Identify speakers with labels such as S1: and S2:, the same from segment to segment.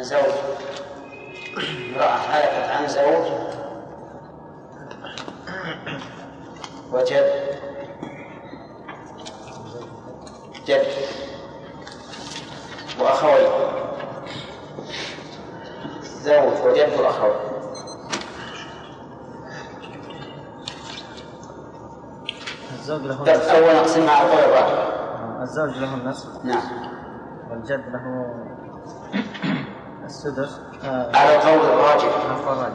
S1: زوج امرأة حلفت عن زوج وجد جد وأخوين زوج وجد وأخوين
S2: الزوج له
S1: درس
S2: نصف
S1: أول أقسم مع القول الراجح
S2: الزوج له النصف
S1: نعم
S2: والجد له السدس
S1: على القول الراجح
S2: عفوا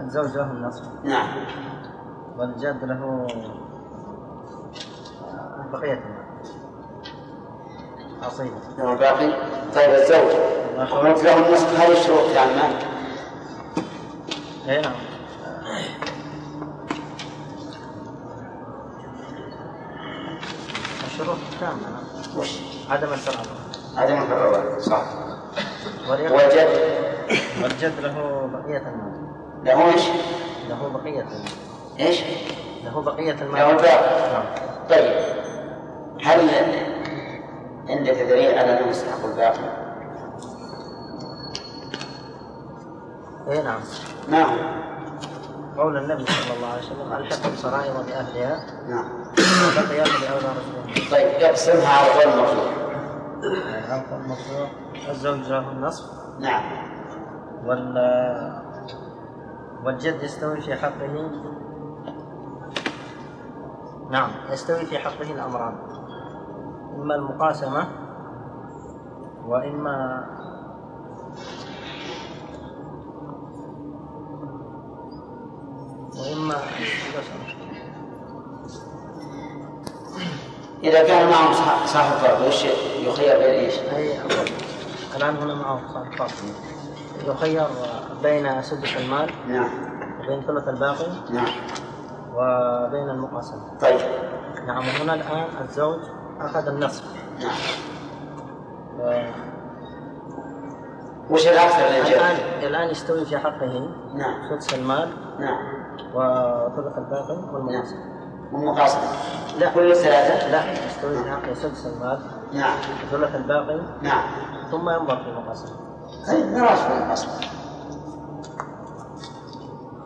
S2: الزوج له النصف
S1: نعم
S2: والجد له آه، بقية المال عصيبة
S1: نعم الباقي طيب الزوج قلت له النصف هذه الشروط يا عمان
S2: اي نعم الشروط كاملة
S1: وش
S2: عدم الترابط
S1: عدم الحرية صح
S2: واليق-
S1: وجد
S2: والجد له بقية المال
S1: له ايش؟
S2: له بقية المال
S1: ايش؟
S2: له بقية
S1: له
S2: المال
S1: الباقي
S2: نعم.
S1: طيب هل عندك دليل على انه يستحق الباقي؟
S2: اي نعم
S1: ما هو؟
S2: قول النبي صلى الله عليه وسلم الحق السرائر بأهلها
S1: نعم
S2: وبقي بأولى رسول
S1: طيب اقسمها على قول المرجوح
S2: العفو المرفوع الزوج له النصف
S1: نعم
S2: وال والجد يستوي في حقه نعم يستوي في حقه الأمران إما المقاسمة وإما وإما
S1: اذا كان معهم صاح- صاحب فرض وش يخير بين ايش؟
S2: أي الآن هنا معه صاحب فرق. يخير بين سدس المال
S1: نعم
S2: وبين ثلث الباقي
S1: نعم
S2: وبين المقاسمة
S1: طيب
S2: نعم هنا الآن الزوج أخذ النصف
S1: نعم
S2: و-
S1: وش الاكثر للجد؟
S2: الآن الآن يستوي في حقه
S1: نعم
S2: سدس المال
S1: نعم
S2: وثلث الباقي والمقاسمة
S1: والمقاصد
S2: لا
S1: كل ثلاثة؟
S2: لا يستوي في حقه سدس المال
S1: نعم
S2: وثلث الباقي
S1: نعم
S2: ثم ينظر في المقاسمة
S1: طيب نراش من الأصل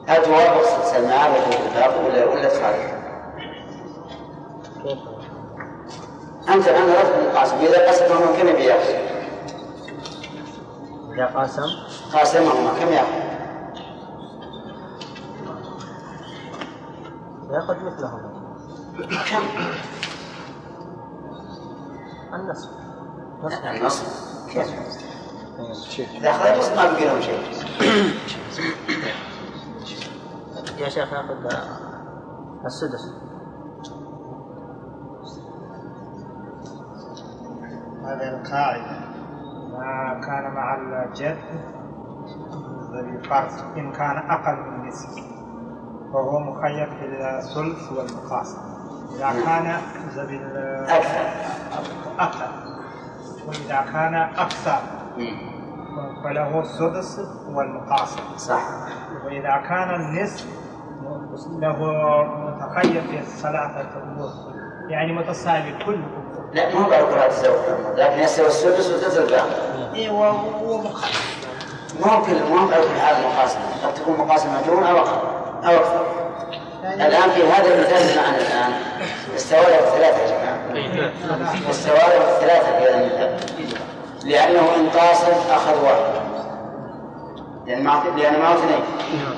S1: هل توافق سدس المال والاتفاق ولا ولا تخالف؟
S2: كيف
S1: أنت الآن رفض القاسم إذا قسمهما كم يبي يأخذ؟
S2: إذا قاسم
S1: قاسمهما كم يأخذ؟
S2: يأخذ مثلهما
S1: كم؟
S2: النصف نصف
S1: النصف كيف؟
S2: طيب.
S1: إذا أخذ النصف ما بقي لهم شيء
S2: يا شيخ يأخذ السدس
S3: هذه القاعدة ما كان مع الجد ذوي فرض إن كان أقل من نصف فهو مخير بالثلث والمقاسم إذا كان ذوي ال-
S1: أكثر
S3: أقل وإذا كان أكثر
S1: مم.
S3: فله السدس والمقاسم
S1: صح
S3: وإذا كان النصف له متخير في الثلاثة أمور يعني متساوي كل أمور
S1: لا ما هو على قراءة الزوج لكن يستوي السدس وثلث الباقي
S3: ايوه هو مخير
S1: ما هو كل ما هو على كل حال مقاسمة قد تكون مقاسمة دون أو أقل أو أكثر الآن في هذا المثال اللي معنا الآن استوى له الثلاثة يا جماعة السوارق الثلاثة في هذا المذهب لأنه إن قاصر أخذ واحد لأن معه لأن معه اثنين
S2: إيه،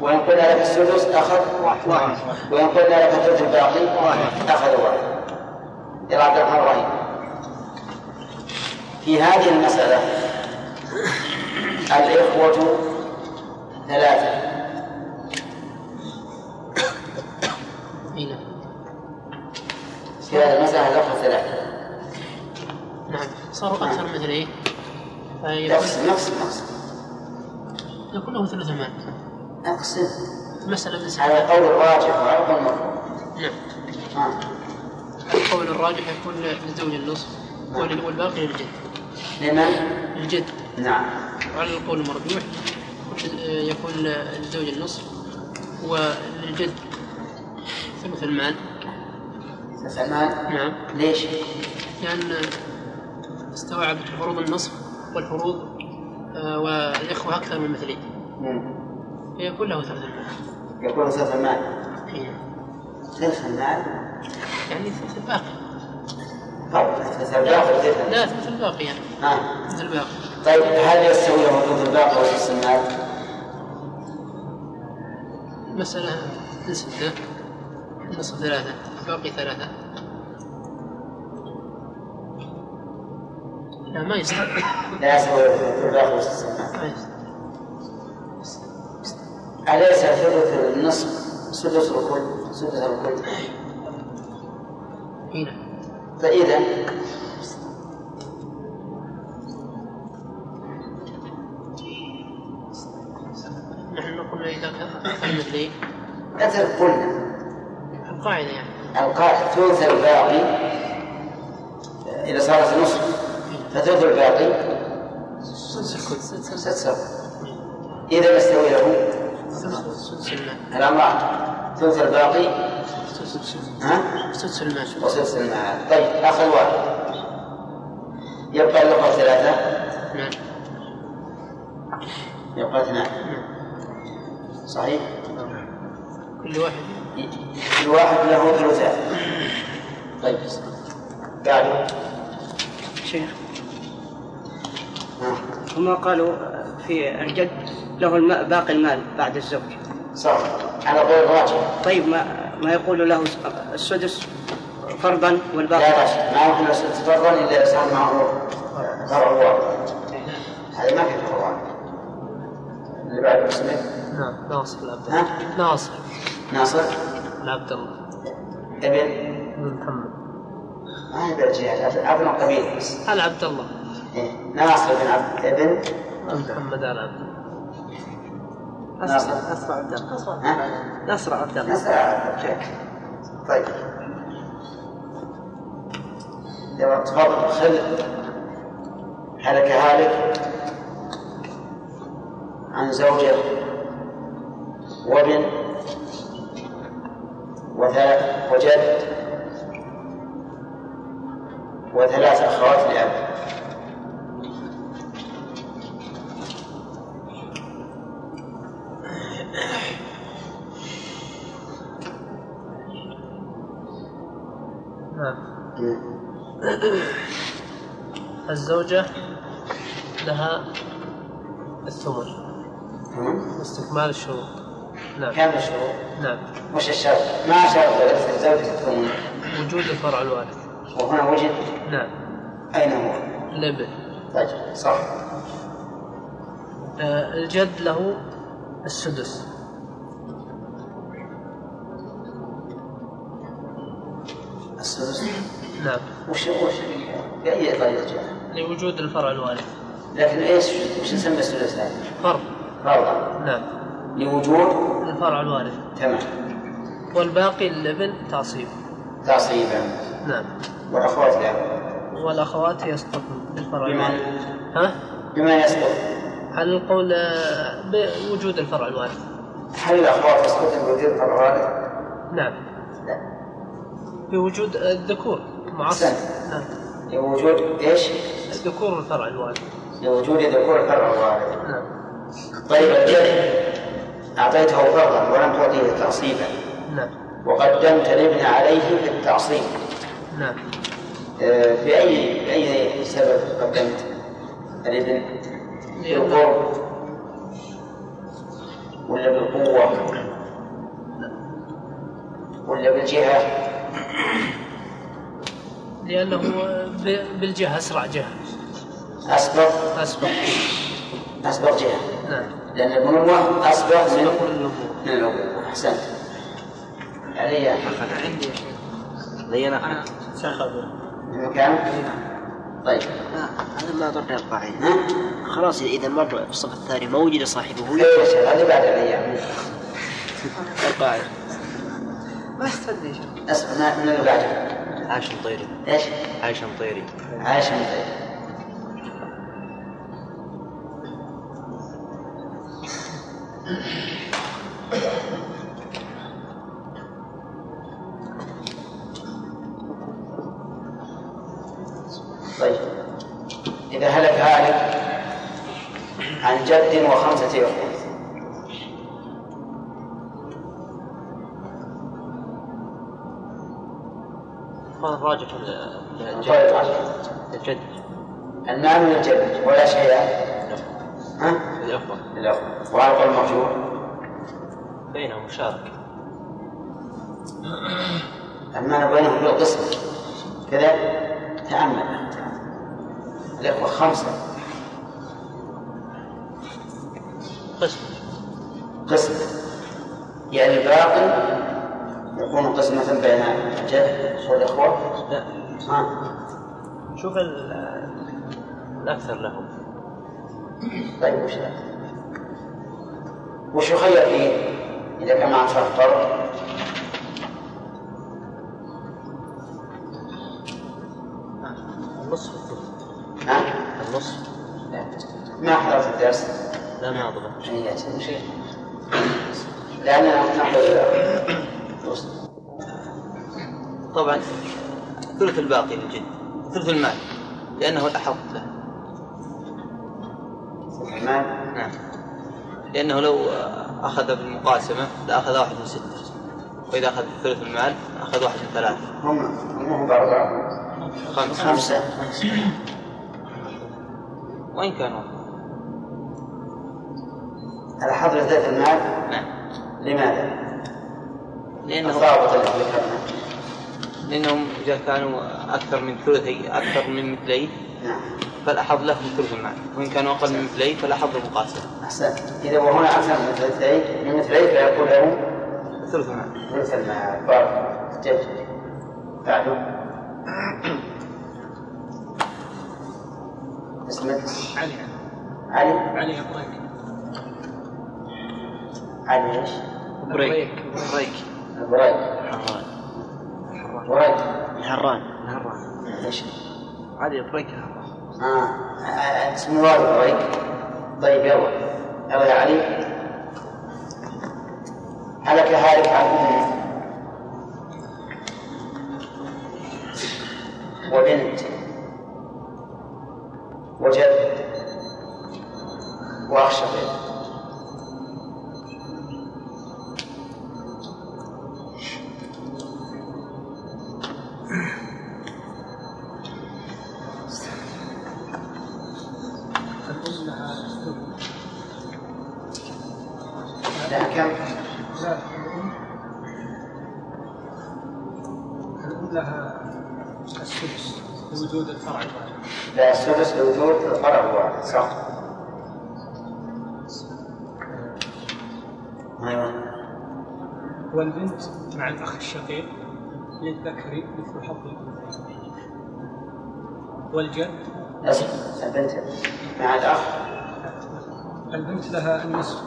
S1: وإن قلنا لك السدس أخذ واحد وإن قلنا لك الثلث الباقي واحد أخذ واحد يا عبد الرحمن الرحيم في هذه المسألة الإخوة ثلاثة
S2: اي نعم
S1: في هذه المسألة الإخوة ثلاثة
S4: نعم صاروا اكثر من اثنين طيب.
S1: نفس
S4: فيكون
S1: نفس نفس
S4: يكون له ثلث المال
S1: أقسم
S4: المساله بالنسبه
S1: على قول الراجح وعرض المرفوع
S4: نعم
S1: نعم
S4: القول الراجح يكون للزوج النصف وال- والباقي للجد
S1: لمن؟
S4: للجد
S1: نعم
S4: وعلى القول المرجوح يكون- يكون للزوج النصف وللجد ثلث المال
S1: سلمان
S4: نعم
S1: ليش؟
S4: لأن استوعبت فروض النصف والفروض
S5: آه، والإخوة أكثر من مثلي
S1: مم.
S5: فيكون له ثلث المال
S1: يكون ثلث المال
S5: إيه.
S4: نعم.
S1: ثلث المال
S5: يعني ثلث الباقي
S1: أو ثلث الباقي وثلث المال.
S5: لا ثلث الباقي يعني
S1: ها.
S5: ثلث الباقي
S1: طيب هل يستوي له ثلث الباقي وثلث المال؟
S5: المسألة من ستة نصف ثلاثة باقي ثلاثة لا ما يصح
S1: لا يستوي له ثلث الباقي وثلث المال
S5: ما يصح.
S1: أليس ثلث النصف سدس الكل سدس الكل
S5: إي نعم
S1: فإذا
S5: نحن نقول إذا كان أكثر من مثلي
S1: مثل قلنا
S5: القاعدة يعني
S1: القاعدة ثلث الباقي إذا صارت نصف فثلث الباقي
S5: سدس الكل سدس
S1: ست إذا يستوي له
S5: سدس المال
S1: الأمران ثلث الباقي
S5: سدس-
S1: ها
S5: سدس المال
S1: وثلث المعاد طيب آخر واحد يبقى الأخوة ثلاثة
S5: نعم
S1: يبقى اثنان صحيح
S5: كل واحد
S1: الواحد له ثلثان طيب بعده
S6: شيخ
S1: ها.
S6: هما قالوا في الجد له الم- باقي المال بعد الزوج
S1: صح على قول الراجح
S6: طيب ما ما يقول له السدس فرضا
S1: لا
S6: والباقي
S1: راشد ما يمكن أن تتفرغ إلا إذا صار معه فرع واضح هذا ما في فرع واضح اللي بعده اسمه
S4: نعم ناصر العبد
S1: ها
S4: ناصر
S1: ناصر
S4: العبد الله
S1: ابن
S4: بن محمد
S1: ما هي بالجهات عطنا قبيل بس
S4: ال عبد الله
S1: إيه. ناصر بن عبد ابن
S4: محمد ال عبد الله
S1: ناصر.
S6: نصر عبد الله
S1: ها
S6: نصر عبد الله
S1: ناصر أوكي. طيب يلا تفضل خل هلك هالك عن زوجه وابن وثلاث وجد وثلاث أخوات لأب
S4: نعم الزوجة لها الثمن
S1: تمام؟
S4: واستكمال الشروط نعم
S1: كم الشروط؟
S4: نعم
S1: وش الشرط؟ ما شرط زوجة تكون
S4: وجود الفرع الوارث
S1: وهنا وجد
S4: نعم
S1: أين هو؟
S4: الابن
S1: طيب صح
S4: آه الجد له السدس
S1: السدس
S4: نعم
S1: وش وش بأي طريقة جاء
S4: لوجود الفرع الوارث
S1: لكن ايش وش نسمي السدس هذا؟
S4: فرض
S1: فرضا
S4: نعم
S1: لوجود
S4: الفرع الوارث
S1: تمام
S4: والباقي للابن تعصيب
S1: تعصيبا
S4: نعم
S1: والأخوات لا
S4: والأخوات يسقطن بالفرع الوارث
S1: بمن
S4: ها
S1: بمن يسقط
S4: على القول آه، بوجود الفرع الوارث
S1: هل الأخوات تسقط بوجود الغالب؟
S4: نعم
S1: لا
S4: بوجود الذكور معصب
S1: أحسنت.
S4: نعم
S1: لوجود ايش؟
S4: الذكور الفرع الوارث
S1: لوجود ذكور فرع الغالب
S4: نعم
S1: طيب الجد أعطيته فرضا ولم تعطيه تعصيبا
S4: نعم
S1: وقدمت الابن عليه بالتعصيب
S4: نعم
S1: آه، بأي بأي سبب قدمت الابن؟
S5: لأن
S1: بالقرب ولا بالقوة ولا بالجهة
S4: لأنه ب- بالجهة أسرع جهة
S1: أسبق
S4: أسبق
S1: أسبق جهة
S4: نعم
S1: لأن البنوة أسبق من
S4: أقول الأمور
S1: من العقوبة أحسنت علي
S6: عندي يا شيخ
S2: زينا
S1: المكان طيب
S2: هذا ما ضرنا القاعدة
S1: ها؟
S2: خلاص إذا مر في الصف الثاني ما وجد صاحبه
S1: خير يا شيخ هذه بعد الأيام
S2: القاعدة
S6: ما استدري يا شيخ
S1: أسبق ما- من اللي بعده
S2: عاش مطيري
S1: إيش؟
S2: عاش مطيري
S1: عاش من طيب طيب إذا هلك هالك عن جد وخمسة إخوة
S2: هذا الراجح الجد
S1: طيب عشرة.
S2: الجد
S1: المال من الجد ولا شيء ها؟
S2: الأفضل
S1: للأخوة وعلى قول المرجوح
S2: بينهم مشاركة
S1: المال بينهم بالقسم كذا تأمل الإخوة خمسة
S2: قسم
S1: قسم يعني الباقي يكون قسمة بين الجد والإخوة
S2: لا
S1: ها
S2: شوف ال- الأكثر لهم
S1: طيب وش ذا؟ وش يخير فيه إذا كان معه شهر طرد
S2: النصف
S1: ها؟
S2: النصف
S1: لا. ما حضرت الدرس
S2: لا ما أظلم
S1: تحياتي لأننا نحضر الوسط
S2: طبعا ثلث الباقي للجد ثلث المال لأنه الأحق له
S1: المال
S2: نعم لأنه لو أخذ بالمقاسمة لأخذ واحد من ستة وإذا أخذ ثلث المال أخذ واحد من ثلاثة
S1: هم هم هم بأربعة
S2: خمسة
S1: خمسة
S2: وإن كان واحد
S1: على حضر ذات المال
S2: نعم
S1: لماذا؟
S2: لأنه
S1: الضابط الذي ذكرنا
S2: لأنهم إذا كانوا أكثر من ثلثي أكثر من مثليه
S1: نعم
S2: فالأحظ لهم ثلث المال وإن كانوا أقل من مثليه فالأحظ المقاسمة
S1: أحسنت إذا وهنا أكثر من ثلثي من ثلثي فيقول له
S2: ثلث المال
S1: ثلث المال بارك جد بعده اسمك
S6: علي
S1: علي
S6: علي ابراهيم
S1: علي ايش؟
S2: بريك بريك
S1: بريد
S2: حران
S1: بريد
S2: حران
S1: ايش؟
S2: عادي بريك حران
S1: آه. آه، اسم الله بريد طيب يلا يلا يا علي هلك هالك عن وبنت وجد واخ شقيق لها كم؟
S6: لها السدس لوجود الفرع الواحد
S1: لا السدس لوجود الفرع واحد صح ايوه
S6: والبنت مع الأخ الشقيق للذكر مثل حظ الأنثيين والجد
S1: اصبر البنت مع الاخ
S6: البنت لها النصف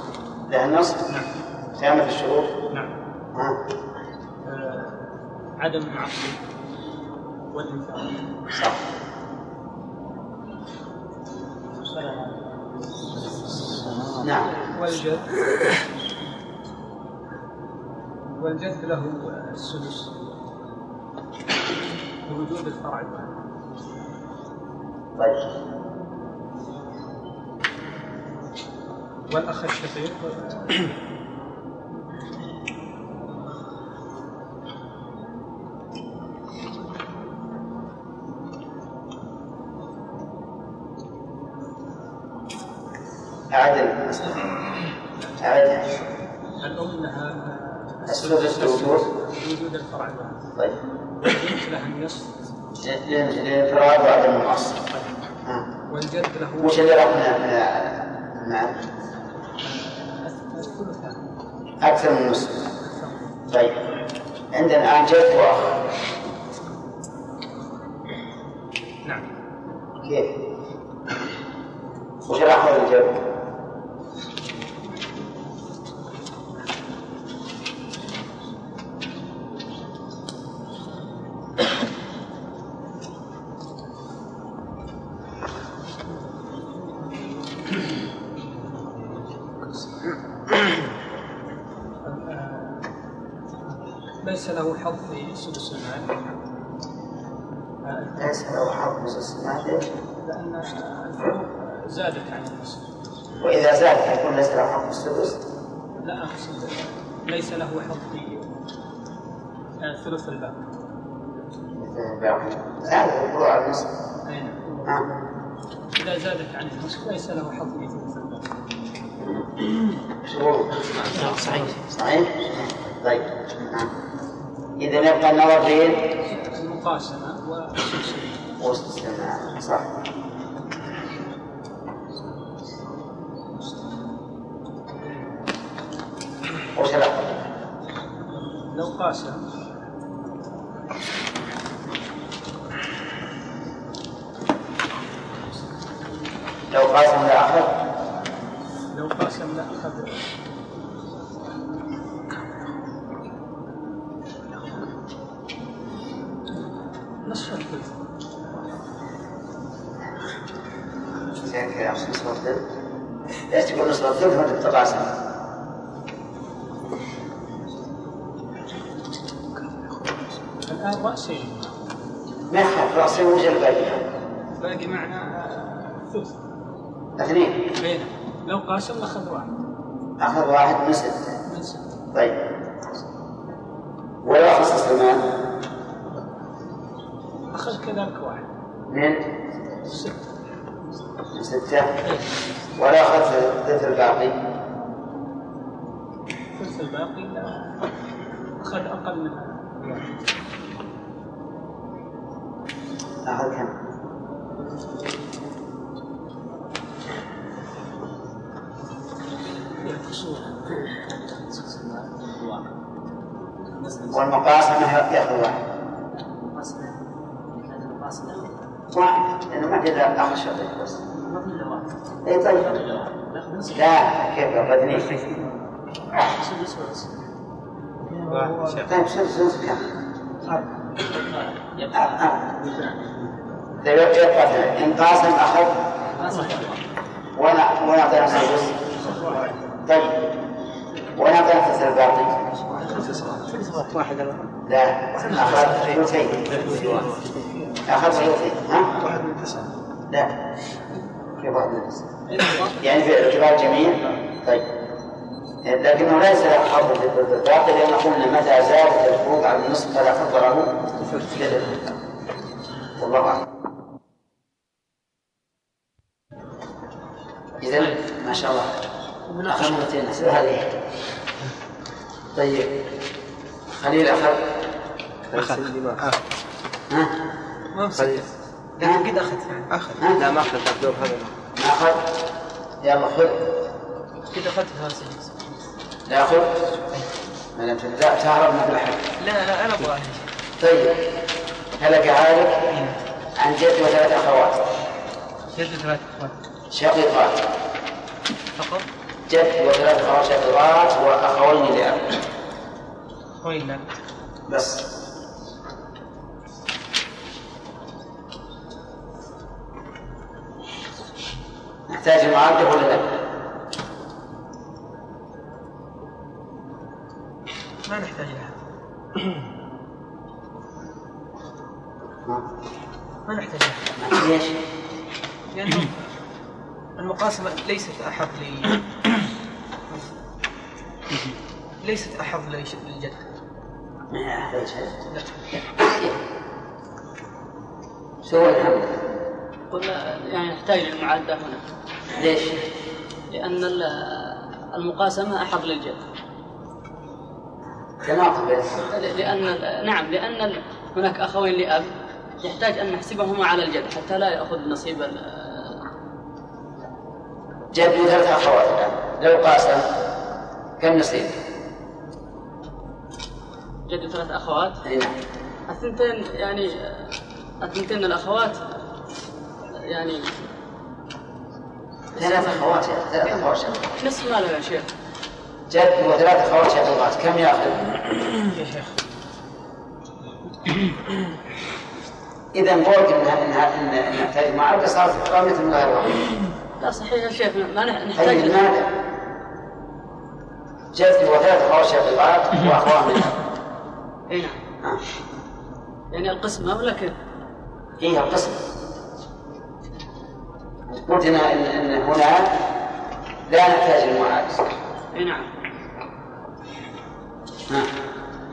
S1: لها النصف
S6: نعم
S1: تامة الشروط
S6: نعم
S1: ها
S6: آه عدم المعصية والإنفاق
S1: صح نعم
S6: والجد والجد له السدس لوجود الفرع الواحد
S1: طيب
S6: والأخ الشقيق
S1: اعد المسألة. اعدها
S6: الأم لها
S1: السدس لوجود
S6: لوجود الفرع الواحد
S1: طيب
S6: والبنت لها النصف
S1: ل- ل- للانفراد وعدم النقص ها.
S6: والجد له
S1: وش اللي رقمنا من المال؟
S6: الثلثان
S1: اكثر من نصف طيب عندنا الآن جد وأخ
S6: نعم
S1: كيف؟ وش الأخ والجد؟
S6: ليس له حظ في سدس المال آه،
S1: ليس له حظ من السماء
S6: لأن الفروق زادت عن النصف
S1: وإذا زاد فيكون ليس له حق السدس
S7: لا اقصد ليس له حق في آه، ثلث الباقي
S1: زاد الربع على النصف
S7: أي نعم.
S1: نعم
S7: اذا زادت عن النصف ليس له حق في ثلث الباقي
S1: شروط
S4: نعم صحيح
S1: صحيح؟ طيب نعم إذا يبقى النظر في
S7: المقاسمه والسلسله
S1: وسط نعم صح وش الأفضل؟
S7: لو قاسم
S1: لو قاسم الآخر
S7: لو قاسم لا اخذ نصف الثلث
S1: زين كذا نصف الثلث ليش تقول نصف الثلث وأنت بتقاسم؟
S7: الان راسين
S1: ما يخاف راسي وجه الباقي
S7: باقي معنا آه، ثلث
S1: اثنين
S7: بينه لو قاسم اخذ واحد
S1: اخذ واحد من سته
S7: من سته
S1: طيب ولو اخذ سلمان
S7: اخذ كذلك واحد
S1: من
S7: سته
S1: من سته ولو اخذ ثلث الباقي
S7: ثلث الباقي لا اخذ اقل من واحد
S1: اخذ كم؟
S7: فيها قصور
S1: والمقاسمه ياخذ واحد واحد لانه ما في الا اخذ شرطين بس اي طيب لا كيف ياخذ اثنين طيب شوف شوف كم؟ آه، آه. طيب يبقى اثنين. ان قاسم اخذ ولا ولا اعطينا خمس طيب ولا اعطينا ثلث الباقي
S2: واحد الآن.
S1: لا اخذ ثلثين اخذ ثلثين ها واحد من تسعه لا كيف واحد من تسعه يعني في اعتبار الجميع طيب لكنه ليس له حظ في الثلث الباقي لان قلنا متى زادت الفروض عن النصف فلا حظ له والله اعلم اذا ما شاء الله من اخر مرتين هذه طيب خليل اخذ ها؟
S8: ما مسكت
S1: نعم
S2: قد أخذت
S8: اخذ
S1: ها؟
S8: لا ما اخذ الدور هذا
S1: ما اخذ يلا خذ
S2: قد أخذت هذا
S1: لا خذ ما لم تدع تهرب من الحق
S2: لا لا أنا أبغى
S1: طيب هلك هالك عن جد وثلاث اخوات
S2: جد ثلاث أخوات
S1: شقيقات
S2: فقط
S1: جد وثلاث اخوات شقيقات واخوين لاب
S2: أخوين لا
S1: بس نحتاج المعدة ولا لا؟
S2: ما نحتاج لها ما نحتاج لها
S1: ليش؟
S2: لأنه المقاسمة ليست أحط لي ليست أحط ليش- للجد
S1: ما يحتاج سوى الحمد
S9: قلنا يعني نحتاج للمعادة هنا
S1: ليش؟
S9: لأن ال- المقاسمة أحب للجد
S1: كما قبل
S9: لأن ال- نعم لأن ال- هناك أخوين لأب يحتاج أن نحسبهما على الجد حتى لا يأخذ نصيب ال-
S1: جاب لي ثلاث اخوات الان لو قاسم كم نصيب؟
S9: جد ثلاث أخوات
S1: اي نعم
S9: الثنتين يعني الثنتين الأخوات يعني
S1: ثلاث اخوات يعني، ثلاث اخوات شقيقات.
S9: نصف ماله يا شيخ
S1: جد وثلاث اخوات شقيقات كم ياخذ؟ اذا فوق انها انها إن- إن نحتاج معركه صارت قامت من غير واحد
S9: لا صحيح يا شيخ ما نح-
S1: طيب
S9: نحتاج
S1: لماذا؟ جد وثلاث اخوات شقيقات واخوان منها
S9: اي نعم
S1: آه.
S9: يعني القسمة ولا كيف؟
S1: فيها قسم قلت إن- ان ان هنا لا نحتاج للمعاكس
S9: اي نعم
S1: نعم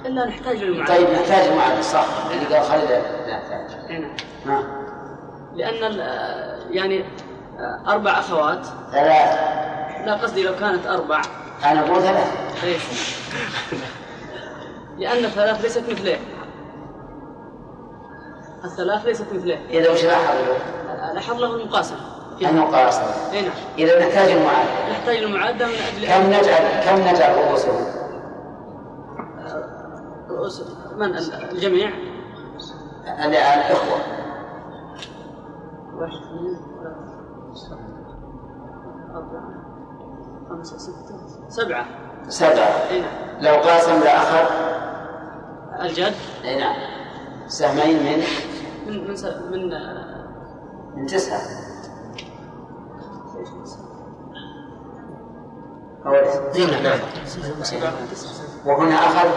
S9: الا نحتاج
S1: طيب
S9: للمعاكس
S1: نحتاج المعاكس صح اللي قال خالد لا نحتاج
S9: اي نعم
S1: نعم
S9: لان ال- يعني آه، اربع اخوات
S1: ثلاث
S9: لا قصدي لو كانت اربع
S1: أنا أقول ثلاث
S9: ليش؟ لان الثلاث ليست مثليه الثلاث ليست مثليه
S1: إذا وش لاحظوا
S9: لاحظ له المقاسمه
S1: أنه قاصر
S9: اي نعم
S1: إذا نحتاج المعاكس
S9: نحتاج المعادة من اجل
S1: كم نجعل كم نجعل رؤوسهم؟
S9: رؤوس من الجميع
S1: اللي- الإخوة
S9: واحد اثنين ثلاثة أربعة خمسة ستة سبعة
S1: سبعة
S9: أي نعم
S1: لو قاسم لأخذ
S9: الجد
S1: أي نعم سهمين من
S9: من من س- من آه،
S1: من تسعة أو وهنا أخذ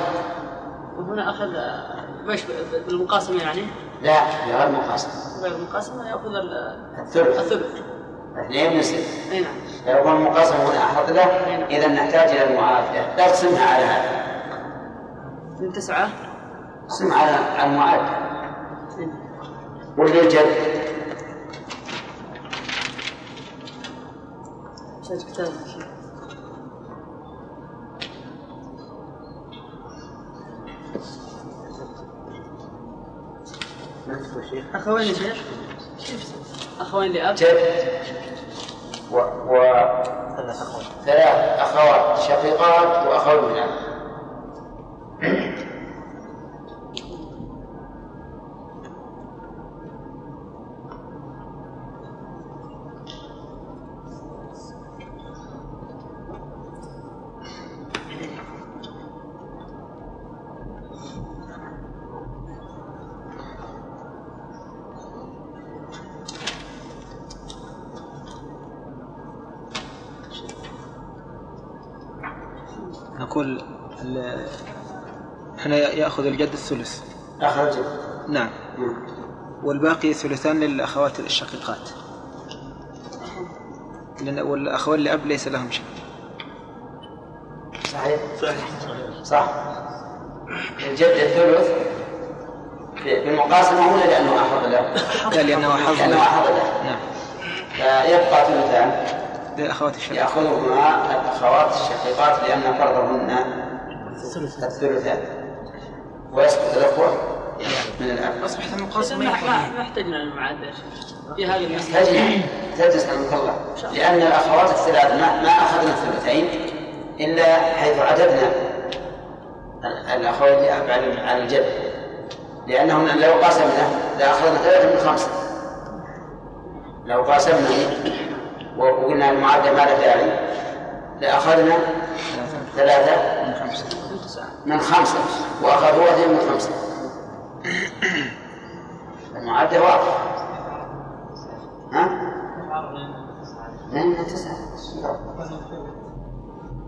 S9: وهنا أخذ آه، مش بالمقاسمة يعني
S1: لا غير مقاسم
S9: غير المقاسمة يأخذ ال-
S1: الثلث
S9: الثلث
S1: اثنين من ستة
S9: أي نعم
S1: لو كان مقاسم هنا أحط له إذا نحتاج إلى المعادلة لا تقسمها على هذا
S9: من تسعة
S1: اقسم على المعادلة
S9: أي نعم.
S1: واللي الجد
S9: أحتاج كتاب أخوين لشيخ أخوين لأب
S1: جد و, و... ثلاث أخوات شقيقات وأخو من أب
S7: نقول ال- هنا يأخذ الجد الثلث
S1: أخو جد
S7: نعم والباقي ثلثان للأخوات الشقيقات لأن والأخوان لأب ليس لهم شيء
S1: صحيح صح الجد الثلث ب- بالمقاسمة ولا لأنه أحض له؟
S7: لا لأنه حظ
S1: لأنه
S7: له.
S1: أحض له
S7: نعم
S1: فيبقى ثلثان
S7: للأخوات الشقيقات
S1: يأخذهما الأخوات الشقيقات لأن فرضهن الثلثان ويسقط الأخوة من الأب
S7: أصبحت
S9: إذن
S7: المقاسمة
S9: ما
S7: يحرم.
S9: ما- ما احتجنا للمعادة يا شيخ. في هذه المسألة
S1: تجد تجد سلمك الله لأن الأخوات الثلاث ما, ما أخذنا الثلثين إلا حيث عددنا ال- الأخوين لأب على على الجد لأنهم لو قاسمنا لأخذنا ثلاثة من خمسة لو قاسمنا وقلنا المعدة ما له داعي لأخذنا ثلاثة من خمسة وأخذوا اثنين من خمسة المعدة واضحة ها؟ لأنها تسعة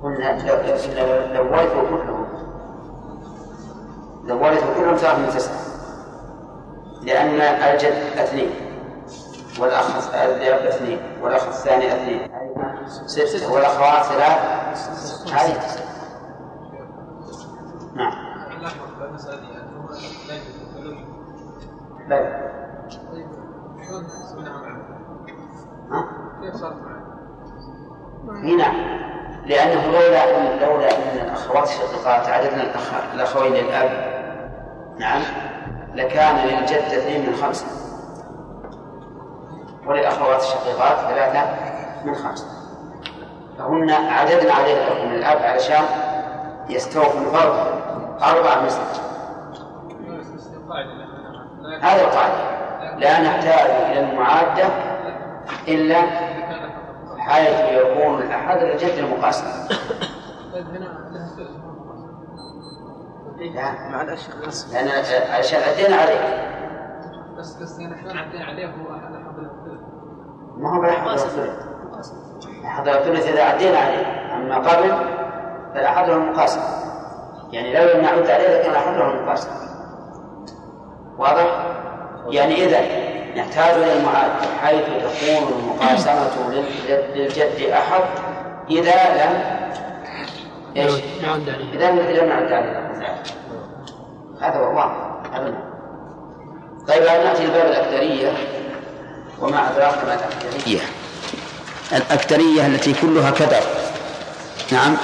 S1: قلنا لو لو لو ورثوا كلهم لو ورثوا كلهم صار من تسعة لأن الجد اثنين والأخ الأب اثنين والأخ الثاني اثنين هذه ستة والأخوات ثلاث هذه تسعة نعم بلى ها؟ اي نعم لأنه لولا أن لولا أن الأخوات الشقيقات عددنا الأخ- الأخوين للأب نعم لكان للجد اثنين من خمسة وللأخوات الشقيقات ثلاثة من خمسة فهن عددنا عليه الأخ من الأب علشان يستوفي الفرض أربعة من ستة هذا القاعدة لا نحتاج إلى المعادة إلا حيث يكون الأحد الجد المقاسم لا
S2: مع الأشياء قسم
S1: لأن عشان أدينا عليه
S7: بس بس يعني احنا عدينا عليه هو هذا حظ الثلث
S1: ما هو بالأحد الثلث الأحد الثلث إذا عدينا عليه أما قبل فالأحد هو المقاسم يعني لو لم نعد عليه لكان الأحد هو المقاسم واضح؟ يعني إذا نحتاج إلى المعاد حيث تكون المقاسمة لل- للجد أحد إذا لم ايش؟
S4: نعود عليه
S1: إذا إذا لم نعد عليه هذا هو واضح أبدا طيب الآن نأتي لباب الأكثرية وما أدراك ما الأكثرية الأكثرية التي كلها كدر نعم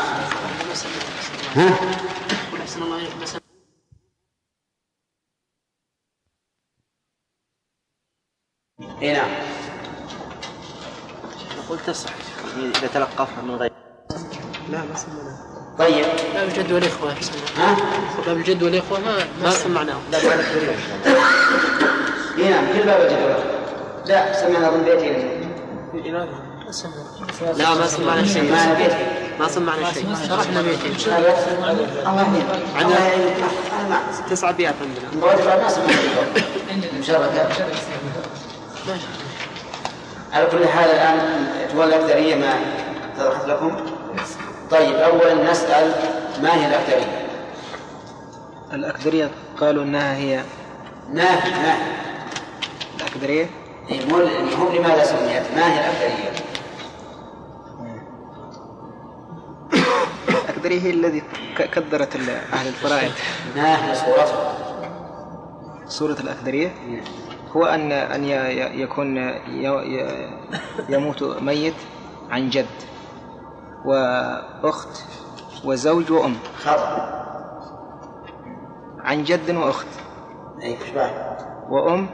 S1: ها؟
S4: يقول أحسن الله إليك مثلا
S1: اي نعم
S8: نقول تصح اذا تلقفها من غير
S4: لا ما سمعناه
S1: طيب
S4: باب الجد والإخوة أحسن الله.
S1: ها؟
S4: باب الجد والإخوة ما ما سمعناه
S1: اي نعم كل باب الجدول لا سمعنا ضمن بيتي
S4: ما سمعناه لا ما سمعنا شيء
S1: سمعنا بيتي
S4: ما سمعنا شيء شرحنا بيتين
S1: الله يهديك الله يعينك انا ما أعرف.
S4: تسع ابيات عندنا
S1: مواجهة ما سمعنا الجدول. مشاركة على كل حال الآن تولى الأكثرية ما طرحت لكم طيب أولا نسأل ما هي الأكثرية
S10: الأكثرية قالوا أنها هي
S1: ما هي ما هي
S10: الأكثرية
S1: يعني مو- يعني هم لماذا سميت ما هي الأكثرية
S10: الأكثرية هي الذي ك- كدرت ال- أهل الفرائض
S1: ما هي صورتها
S10: سورة الأكثرية هو أن أن ي- ي- يكون ي- ي- يموت ميت عن جد وأخت وزوج وأم
S1: خطأ
S10: عن جد وأخت
S1: أي إشباه
S10: وأم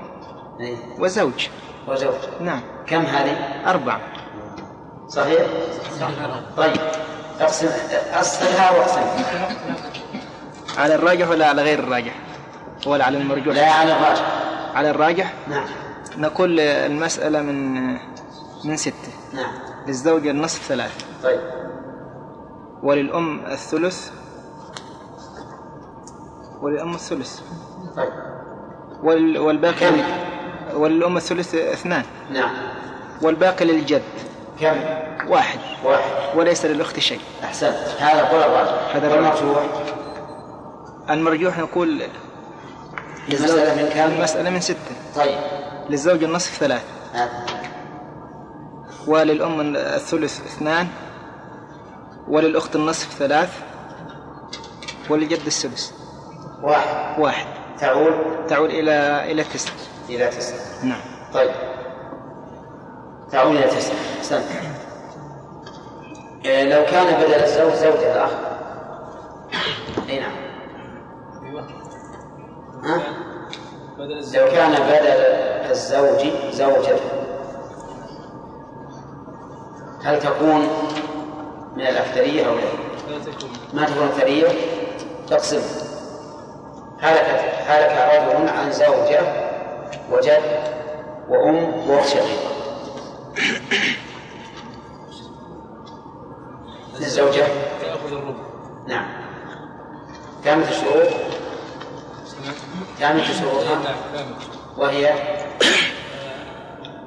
S1: أي
S10: وزوج
S1: وزوج
S10: نعم
S1: كم هذه
S10: أربعة
S1: صحيح طيب اقسم اصلها واقسم
S10: على الراجح ولا على غير الراجح ولا على المرجوح
S1: لا على الراجح
S10: على الراجح
S1: نعم
S10: نقول المسألة من من ستة
S1: نعم
S10: للزوجة النصف ثلاثة
S1: طيب
S10: وللأم الثلث وللأم الثلث
S1: طيب
S10: وال- والباقي
S1: كم؟
S10: وللأم الثلث اثنان
S1: نعم
S10: والباقي للجد
S1: كم
S10: واحد
S1: واحد
S10: وليس للأخت شيء
S1: احسنت هذا قول الراجح
S10: هذا الراجح.
S1: المرجوح
S10: المرجوح نقول
S1: المسألة من كم
S10: المسألة من ستة
S1: طيب آه.
S10: للزوجة النصف ثلاثة
S1: هذا
S10: وللأم الثلث اثنان وللأخت النصف ثلاث وللجد السدس
S1: واحد
S10: واحد
S1: تعود
S10: تعود إلى إلى تسعة
S1: إلى تسعة
S10: نعم
S1: طيب تعود إلى تسعة أحسنت إيه، لو كان بدل الزوج زوجة الأخ أي نعم ها؟
S7: بدل الزوج
S1: لو كان بدل الزوج زوجة هل تكون من الأكثرية أو لا؟
S7: لا تكون
S1: ما تكون أكثرية تقسم هلكت هلك رجل عن زوجة وجد وأم وأخت شقيقة للزوجة
S7: تاخذ الربع
S1: نعم كانت الشروط كانت شروطها
S7: نعم كامل
S1: وهي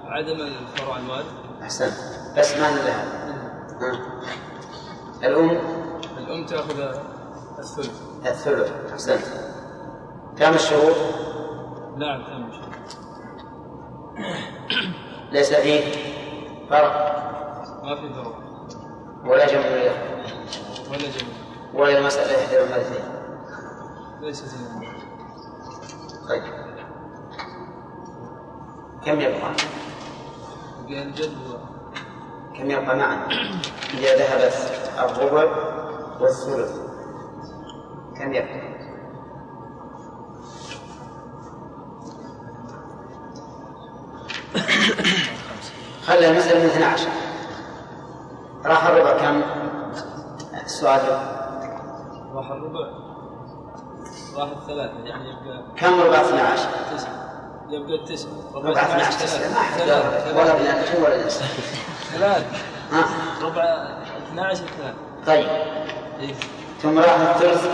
S7: عدم الفرع المال نعم.
S1: أحسن بس ما لها ها. الأم
S7: الام تاخذ الثلث
S1: الثلث أحسنت كم الشروط
S7: نعم كامل
S1: ليس فيه فرق
S7: ما في ضرر
S1: ولا جمع له
S7: ولا جميل
S1: ولا المسألة إحدى المرتين
S7: ليس زين
S1: طيب كم يبقى؟
S7: بين الجد و-
S1: كم يبقى معا؟ إذا ذهبت الربع والثلث كم يبقى؟ خلى المسألة من 12 راح الربع كم؟ السؤال
S7: راح الربع راح الثلاثة يعني يبقى
S1: كم ربع 12
S7: تسعة يبقى التسعة
S1: ربع 12 تسعة ما أحد قال ولا
S7: ثلاثة
S1: بنات ولا ناس
S7: ثلاثة
S1: ها
S7: ربع 12 ثلاثة
S1: طيب
S7: إيه.
S1: ثم راح الثلث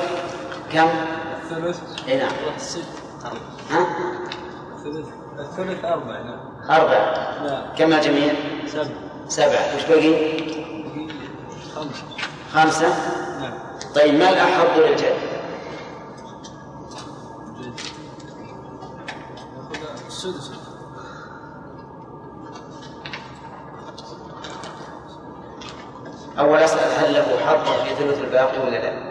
S1: كم؟
S7: الثلث
S1: اي نعم
S7: راح الست
S1: ها؟
S7: الثلث الثلث أربعة نعم
S1: أربعة
S7: لا
S1: كم الجميع؟
S7: سبعة
S1: سبعة وش بقي؟
S7: بقي خمسة
S1: خمسة
S7: نعم
S1: طيب ما الأحب للجد؟
S7: جد. ياخذ السدس
S1: أول أسأل هل له حق في ثلث الباقي ولا لا؟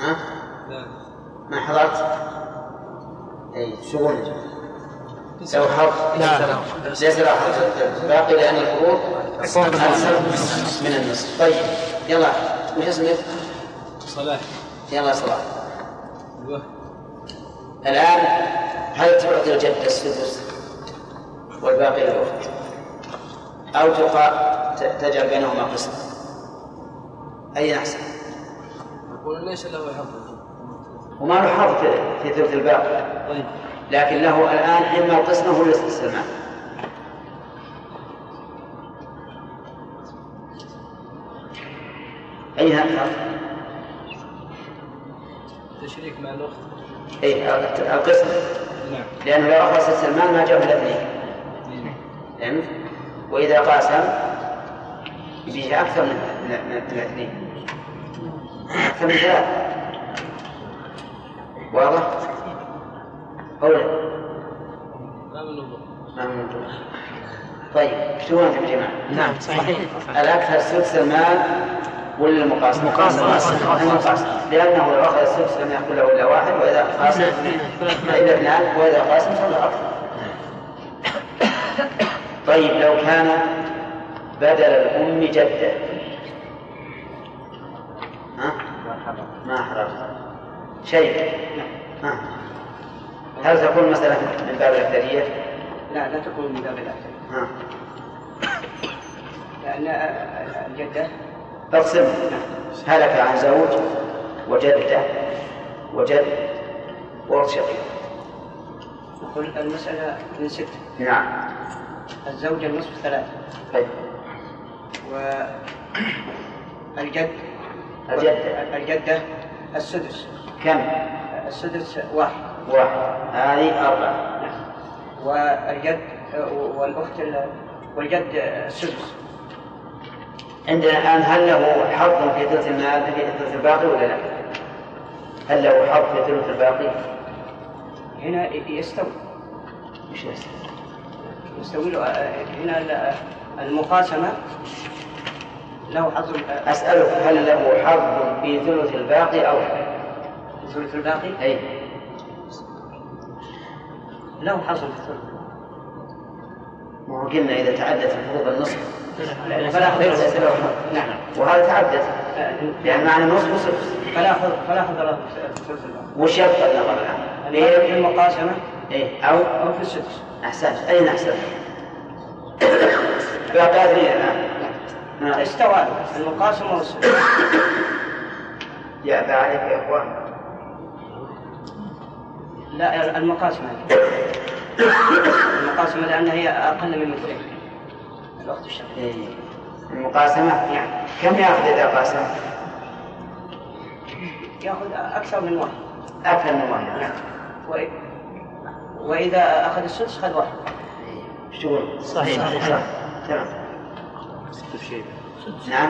S1: ها؟ ما حضرت؟ أي شغل لو حق ليس له حق في الثلث الباقي لأن الفروض أكثر من النصف طيب يلا وش اسمك؟
S7: صلاح
S1: يلا صلاح
S7: ايوه
S1: الآن هل تعطي الجدة السدس والباقي للأخت أو تقا ت- تجعل بينهما قسط أي أحسن
S7: يقول ليس له حظ
S1: وما له حظ في- في ثلث الباقي
S7: طيب
S1: لكن له الآن إما القسمة ولا الاستسلام أيها أكثر؟
S7: تشريك مع الاخت
S1: أي القسم
S7: نعم
S1: لأنه لو أخلص المال ما جاء إلا اثنين فهمت؟ وإذا قاسم فيه أكثر من من- من- من اثنين أكثر من ثلاث واضح؟ أو لا؟
S7: ما من نظر
S1: ما من وجوه. طيب شو أنتم يا جماعة؟
S10: نعم
S9: صحيح
S1: الأكثر سدس المال ولا المقاسمة؟
S10: المقاسمة.
S1: المقاسمة لأنه لو أخذ السدس لم يكن له إلا واحد وإذا قاسم فإلا اثنان وإذا قاسم فلا أكثر طيب لو كان بدل الأم جدة ها؟ ما حرام شيء ها. هل تكون مثلا من باب الأكثرية؟
S2: لا لا تكون من باب الاكثر
S1: ها.
S2: لان الجده
S1: تقسم هلك عن زوج وجدة وجد وولد شقيق
S2: نقول المساله من ست
S1: نعم
S2: الزوجه النصف ثلاثه
S1: طيب
S2: والجد
S1: الجدة
S2: الجده السدس
S1: كم؟
S2: السدس واحد
S1: واحد هذه أربعة
S2: والجد والاخت ال- والجد السدس
S1: عندنا الآن هل له حظ في ثلث المال في ثلث الباقي ولا لا؟ هل له حظ في ثلث الباقي؟
S2: هنا يستوي
S1: مش لازم.
S2: يستوي له آه، هنا ال- المقاسمه له آه، حظ
S1: أسألك هل له حظ في ثلث الباقي أو لا؟
S2: الثلث الباقي
S1: أي
S2: له حظ في الثلث
S1: ما هو قلنا إذا تعدت الفروض النصف
S2: فلا
S1: ليس
S2: حظ
S1: له حظ
S2: نعم
S1: وهذا تعدت لأن معنى النصف وصفر
S2: آه، فلا حظ فلا حظ له في الثلث الباقي
S1: وش يبقى النظر الآن؟
S2: الباقي في
S1: ليه؟
S2: المقاسمه
S1: إيه أو
S2: او في السدس
S1: أحسنت أين أحسنت؟ باقيات لي الآن نعم.
S2: استوى المقاسمه والسدس
S1: يا أبا عليك يا إخوان
S2: لا المقاسمه المقاسمه لانها هي اقل من مثلين الوقت الشهري
S1: إيه. المقاسمة نعم كم يأخذ إذا قاسم؟
S2: ياخذ اكثر من واحد
S1: أكثر من واحد نعم
S2: وإ- واذا اخذ السدس خذ واحد
S1: إيش تقول؟ صحيح صح تمام اكتب شيبة نعم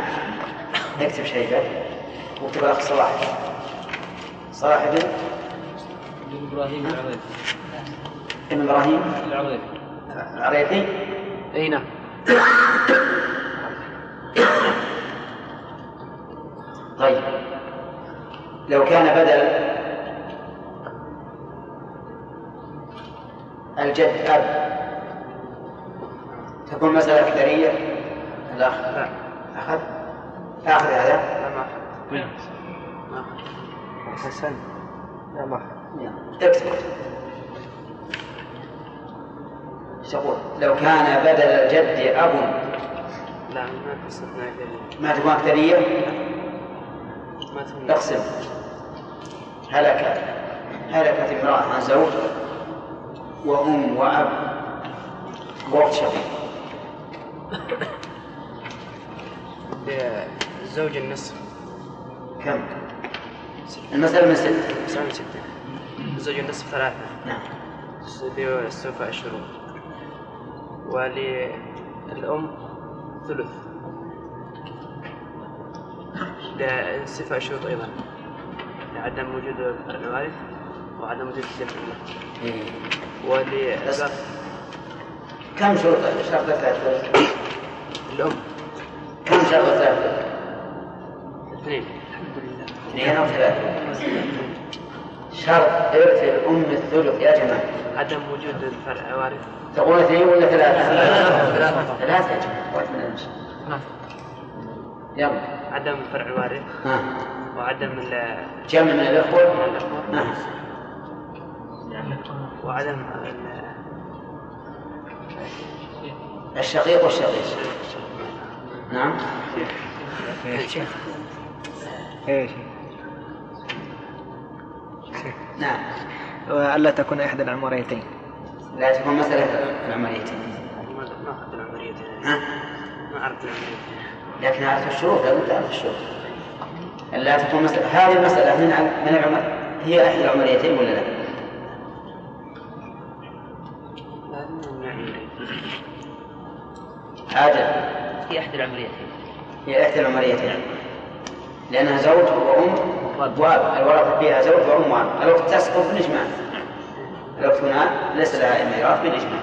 S1: اكتب شيبة واكتب الأخ صلاح صلاح بن
S7: بن ابراهيم العظيم
S1: بن إبراهيم
S7: العظيم
S1: العريقي
S9: اي نعم
S1: طيب لو كان بدل الجد أب تكون مسألة أكثرية الأخ أخذ أخذ هذا
S10: حسن لا ما
S1: اكتب إيش تقول لو كان بدل الجد أب
S2: لا ما قصدنا
S1: ما تكون أكثرية
S2: ما تهم
S1: اقسم هلكت هلكت امرأة عن زوج وأم وأب وأخت شقيق
S2: الزوج النصف
S1: كم؟ المسألة من ستة
S2: تسعة من ستة الزوج النصف ثلاثة
S1: نعم
S2: استوديو سوف أشهر وللأم ثلث لستة أشهر أيضا لعدم وجود الوارث وعدم وجود الشرعية
S1: إيه. بس
S2: وللأب
S1: كم طيب؟ شرط شرط الثلاث
S2: الأم
S1: كم طيب؟ شرط الثلاث
S2: اثنين الحمد لله
S1: اثنين او ثلاثة شرط إرث الأم الثلث يا جماعة
S2: عدم وجود الفرع وارث
S1: تقول اثنين ولا ثلاثة؟
S2: ثلاثة.
S1: ثلاثة يا جماعة واحد من الناس. يلا
S2: عدم الفرع الوارث
S1: ها.
S2: وعدم ال-
S1: جمع من الإخوة
S2: الأخوة
S1: نعم
S2: وعدم ال-
S1: الشقيق والشقيق نعم
S10: إيه.
S1: نعم
S10: وألا تكون إحدى العمريتين
S1: لا تكون مسألة العمليتين
S2: ما ما أخذ العمرية
S1: ها
S2: ما عرفت العمرية
S1: لكن عرفت الشروط لابد تعرف الشروط لا تكون مسألة هذه المسألة من ع- من العمر هي أحد العمليتين ولا لا؟
S2: لا من العمرية
S1: عادة
S2: هي أحد العمريتين
S1: هي إحدى العمليتين لأنها زوج وأم وأب الورثة فيها زوج وأم وأب الوقت تسقط بالإجماع الوقت هنا ليس لها ميراث بالإجماع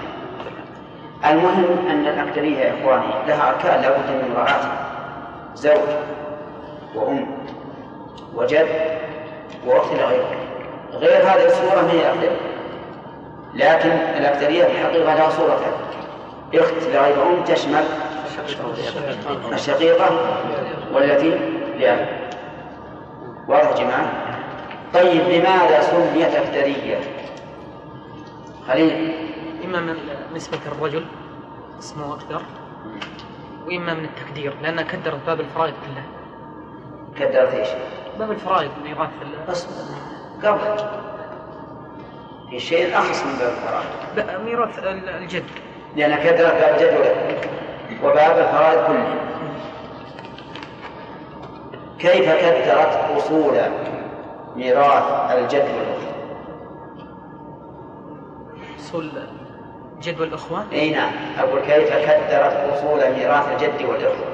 S1: المهم أن الأقدرية يا إخواني لها أركان لا بد من مراعاتها زوج وأم وجد وأخت لغيره غير هذه الصورة من الأقدرية لكن الأقدرية في الحقيقة لها صورتان أخت لغير أم تشمل الشقيقة والتي لأب واضح يا جماعة؟ طيب لماذا سميت أفترية؟ خليل
S6: إما من نسبة الرجل اسمه أكثر وإما من التكدير لأنها كدرت باب الفرائض كله
S1: كدرت ايش؟
S6: باب الفرائض ميراث ال-
S1: اصبر قبل في شيء أخص من باب الفرائض
S6: ب- ميراث ال- الجد
S1: لأن كدرت باب الجدول وباب الفرائض كله كيف كدرت أصول ميراث الجدول؟
S6: أصول جد والأخوة
S1: اي نعم اقول كيف كدرت اصول ميراث الجد والاخوه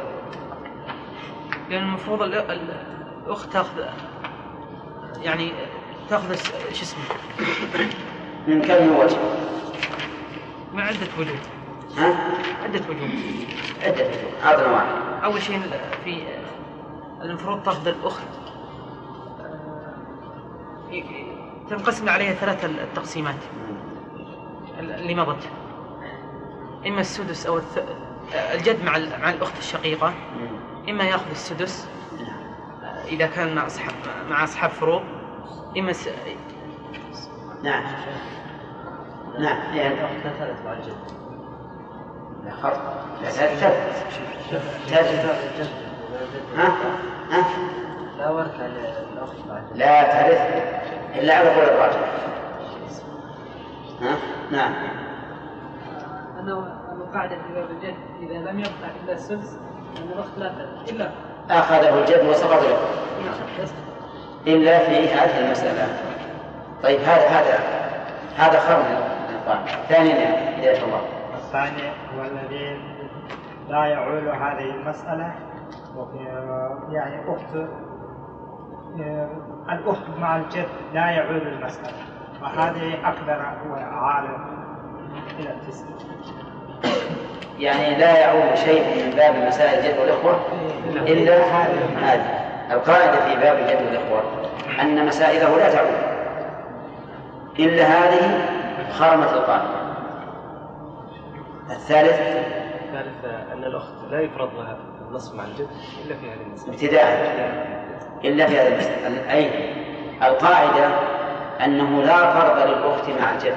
S6: لأن المفروض ال- ال- الأخت تأخذ يعني تأخذ الس- شو اسمه
S1: من كم من وجه
S6: من عدة وجوه
S1: ها
S6: عدة وجوه
S1: عده وجوه اعطنا واحد
S6: أول شيء ال- في المفروض تأخذ الأخت ي- ي- تنقسم عليها ثلاث التقسيمات اللي مضت إما السدس أو الث... آه، الجد مع ال- مع الأخت الشقيقة إما يأخذ السدس آه، إذا كان مع أصحاب مع أصحاب فروض إما س...
S1: نعم نعم يعني
S2: ثلاثة بعد الجد
S1: لا خط لا ثالث ثالث ها ها
S2: لا ورثة للأخت بعد
S1: لا ترث الا على قول الراجح ها نعم
S7: أنه قاعدة في باب الجد إذا لم يبقى إلا السدس أن الأخت لا ترث إلا
S1: اخذه الجد وسقط له إلا في هذه المسألة طيب هذا هذا هذا خرم للقرآن ثانيا يا هداية الله
S11: الثاني والذي لا يعول هذه المسألة وهي- يعني أخت آه، الأخت مع الجد لا يعول المسألة وهذه أقدر وعالم إلى التسليم
S1: يعني لا يعود شيء من باب مسائل الجد والإخوة إلا هذه هذه القاعدة في باب الجد والإخوة أن مسائله لا تعود إلا هذه خرمة القاعدة الثالث
S7: ثالث أن الأخت لا يفرض لها النصف مع الجد إلا في هذه المسألة
S1: ابتداء إلا في هذا المسألة أي القاعدة أنه لا فرض للأخت مع الجد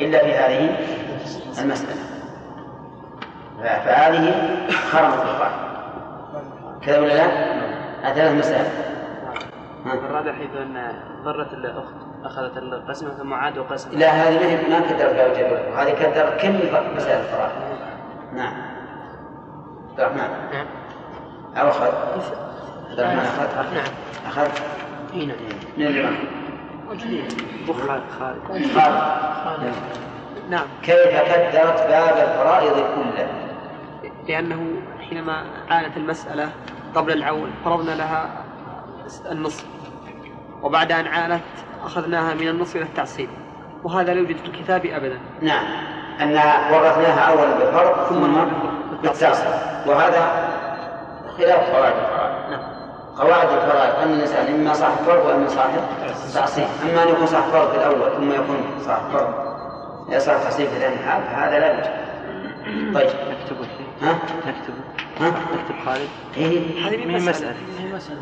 S1: إلا في هذه المسألة ف- فهذه خرمت القاعدة كذا ولا لا؟ هذه ثلاث مسائل ها.
S2: الرابع حيث أن ضرت الأخت أخذت القسمة ثم عاد وقسم
S1: لا هذه ما هي- ما كدرت باب الجد والأخوة. هذه كدرت كل مسائل الفرائض نعم عبد الرحمن
S2: نعم
S1: أو أخذ عبد الرحمن أخذ
S2: نعم
S1: أخذ
S2: اي نعم
S1: من الإمام
S2: بخار خالد
S1: قال
S2: نعم
S1: كيف قدرت باب الفرائض كله
S2: لأنه حينما عانت المسألة قبل العول فرضنا لها النصف وبعد أن عانت أخذناها من النصف إلى التعصيب وهذا لا يوجد في الكتاب أبدا
S1: نعم أن ورثناها أولا بالفرض ثم
S2: نعم.
S1: بالتعصيب وهذا خلاف قواعد الفرائض نعم. قواعد الفرائض أن الإنسان إما صاحب فرض وإما صاحب تعصيب أما أن يكون صاحب فرض في الأول ثم يكون صاحب فرض صاحب تعصيب في ثاني حال فهذا لا يوجد طيب
S2: نكتبه
S1: ها
S2: نكتبه
S1: ها
S2: نكتب خالد
S1: إيه نعم.
S2: هذه من مسألة
S10: مسألة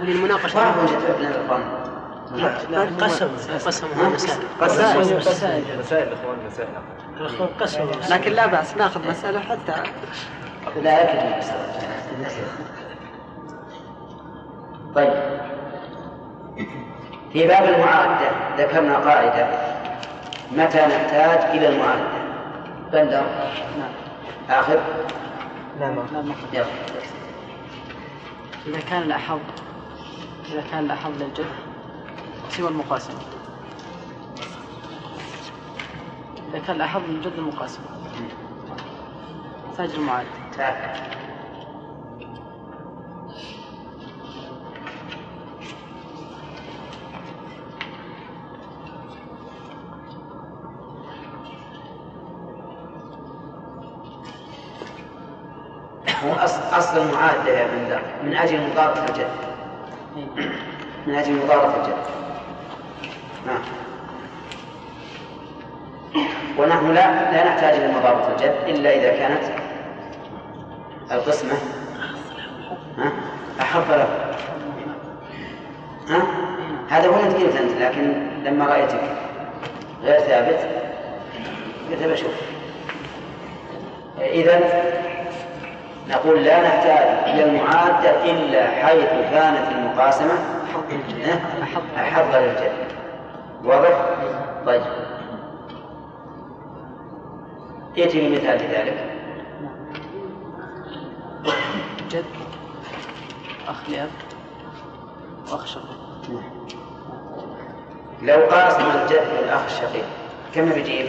S2: وللمناقشة
S1: ما وجدت ابن القانون
S2: قسم قسم
S8: مسائل
S2: مسائل
S8: مسائل اخوان مسائل
S2: قسم لكن لا بأس ناخذ مسألة حتى
S1: لا يمكن طيب في باب المعادة ذكرنا قاعدة متى نحتاج إلى المعادة بندر آخر
S2: لا ناخذ
S1: يلا
S2: إذا كان لا حول إذا كان لا حول للجد سوى المقاسمة إذا كان لا حول للجد المقاسمة تاج المعاد
S1: تاك هو أصل, أصل المعادة يا بندر من أجل مضاربة الجد من أجل مضاربة الجد نعم ونحن لا لا نحتاج إلى مضاربة الجد إلا إذا كانت القسمة ها؟ أحب له ها؟ هذا هو الذي قلت أنت لكن لما رأيتك غير ثابت قلت بشوف إذا نقول لا نحتاج إلى المعادة إلا حيث كانت المقاسمة أحض للجد واضح؟ طيب يأتي بمثال ذلك
S2: جد أخ لأب وأخ شقيق
S1: لو قاسم الجد الأخ الشقيق كم بيجيب؟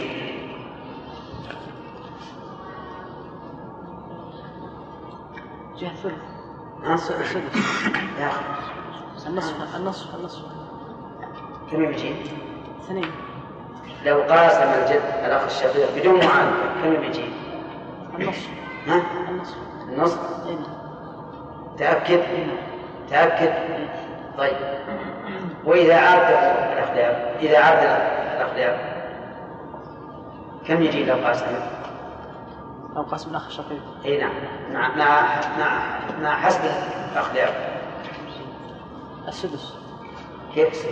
S2: جهة ثلث
S1: ها؟
S2: سدس
S1: يا أخي
S2: النصف النصف النصف
S1: كم بيجيب؟
S2: اثنين
S1: لو قاسم الجد الأخ الشقيق بدون معاندة كم بيجيب؟
S2: النصف
S1: ها؟
S2: النصف
S1: النص؟
S2: إيه.
S1: تأكد؟ تأكد؟ طيب وإذا عاد الأخلاق إذا عاد الأخلاق كم يجي لو قاسم؟
S2: أو قسم الأخ الشقيق
S1: اي نعم مع مع مع مع حسب الأخلاق
S2: السدس
S1: كيف يصير؟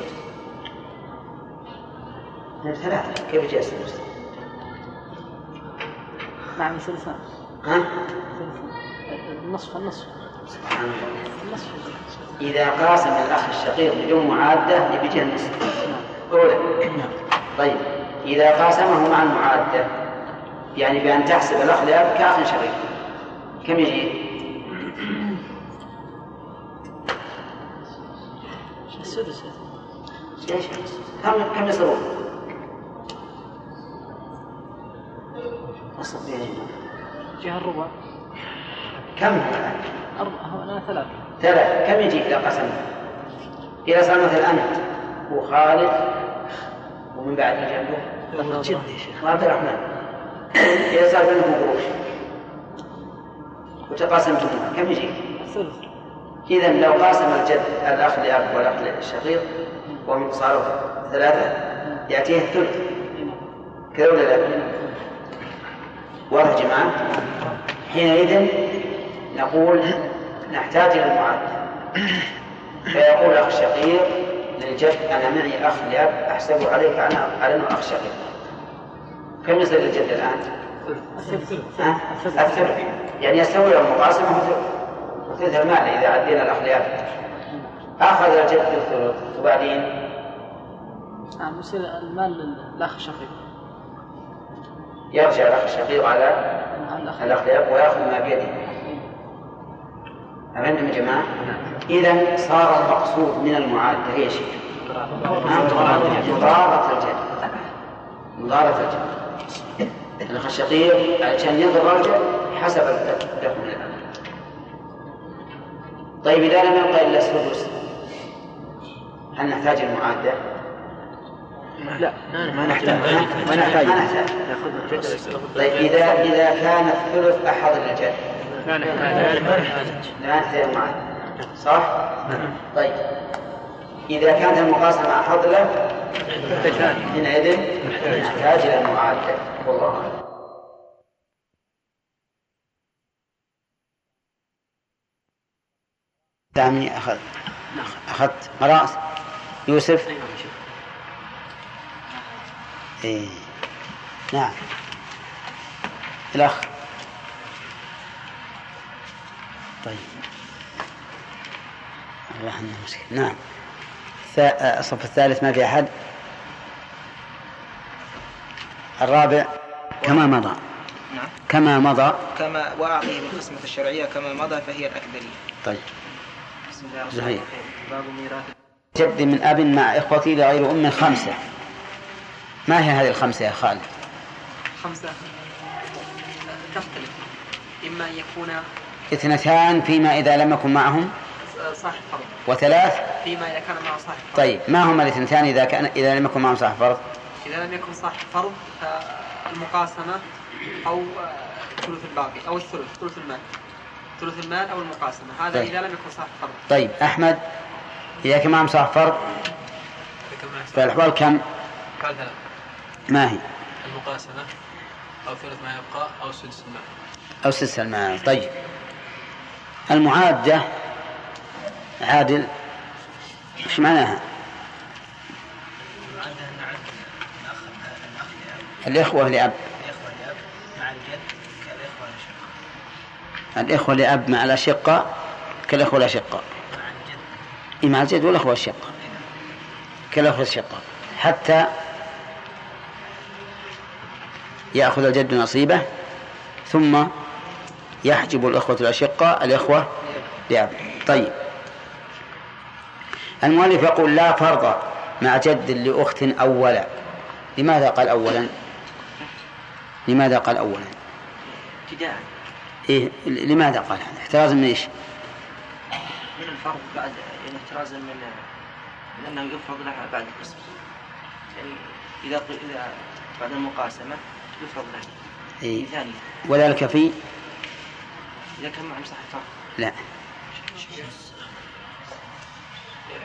S1: من ثلاثة كيف يجي السدس؟
S2: نعم ثلثان
S1: ها؟
S2: النصف النصف
S1: سبحان الله
S2: النصف
S1: إذا قاسم الأخ الشقيق بدون معادة يبي جهة النصف أولى طيب إذا قاسمه مع المعادة يعني بأن تحسب الأخ لأب كأخ شقيق كم يجي؟
S2: السدس
S1: ليش؟ كم كم يصيرون؟ أصل يا جماعة.
S2: جهة الربع
S1: كم هو الآن؟
S2: أربعة هو أنا ثلاثة
S1: ثلاثة كم يجيك إذا قسمت؟ إذا صار مثلا أنت وخالد ومن بعد جنبه وعبد الرحمن إذا صار بينكم قروش وتقاسمتم كم يجيك؟
S2: الثلث
S1: إذا لو قاسم الجد الأخ لأب والأخ للشقيق وهم صاروا ثلاثة يأتيه الثلث كذا ولا لا؟ واضح يا جماعة؟ حينئذ نقول نحتاج إلى المعادة فيقول أخ شقيق للجد أنا معي أخ لأب أحسب عليك أنا على أنه أخ شقيق كم يصير للجد الآن؟ ها؟ الثلث يعني يستوي لهم مقاسمة وثلث وثلث المال إذا عدينا الأخ لأب أخذ الجد الثلث وبعدين
S2: نعم يصير المال للأخ الشقيق
S1: يرجع الأخ الشقيق على
S2: مع نعم، الأخ
S1: الأخ لأب ويأخذ ما بيده فهمتم يا جماعة؟ إذا صار المقصود من المعادة إيش؟ مضارة الجد مضارة الجد الأخ الشقيق عشان يضرب الجد حسب الحكم الآن طيب إذا لم يبقى إلا السدس هل نحتاج المعادة؟
S2: لا
S8: ما نحتاج
S1: ما نحتاج
S2: ناخذ من الجد
S1: طيب إذا إذا كان الثلث أحد الرجال
S2: لا نحتاج ما نحتاج
S1: لا نحتاج المعادة صح؟ طيب إذا كانت المقاسمة حضلة حينئذ نحتاج إلى المعادة والله أعلم عمي أخذ أخذت مراس يوسف إيه. نعم الأخ طيب الله عندنا مشكلة نعم الثا- آه، الصف الثالث ما في أحد الرابع كما مضى
S10: نعم
S1: كما مضى
S10: كما وأعطيهم القسمة الشرعية كما مضى فهي الأكدرية
S1: طيب
S10: بسم الله الرحمن
S1: زهير.
S10: الرحيم باب ميراث
S1: جد من أب مع إخوتي لغير أم خمسة ما هي هذه الخمسة يا خالد
S6: خمسة تختلف إما أن يكون
S1: اثنتان فيما إذا لم يكن معهم
S6: آه، صاحب فرض
S1: وثلاث
S6: فيما إذا كان معه صاحب فرض
S1: طيب ما هما الاثنتان إذا كان إذا لم يكن معهم صاحب فرض
S6: إذا لم يكن صاحب فرض فالمقاسمة أو آه، ثلث الباقي أو الثلث ثلث المال ثلث المال أو المقاسمة هذا
S1: طيب.
S6: إذا لم يكن صاحب فرض
S1: طيب أحمد إذا كان معهم صاحب فرض فالأحوال كم
S7: قال ثلاثة
S1: ما هي
S7: المقاسمة أو ثلث ما يبقى أو سدس المال
S1: أو سدس المال طيب المعادة عادل إيش معناها
S7: عندها أن عند الأخ الأخ لأب
S1: الإخوة لأب
S7: الإخوة لأب مع الجد كالإخوة لشقة
S1: الإخوة لأب مع الأشقة كالإخوة الأشقة
S7: مع الجد
S1: إيه مع الجد والأخوة الشقة كالأخوة الشقة حتى يأخذ الجد نصيبه ثم يحجب الأخوة الأشقة الإخوة لأب طيب المؤلف يقول لا فرض مع جد لأخت أولا لماذا قال أولا لماذا قال أولا
S2: ابتداء
S1: إيه لماذا قال هذا احترازا من إيش
S2: من الفرض بعد يعني احترازا من من انه يفرض له بعد القسم يعني اذا قل- اذا بعد المقاسمه يفرض له
S1: إيه
S2: ثانية
S1: وذلك في
S2: اذا كان معهم صاحب فرض
S1: لا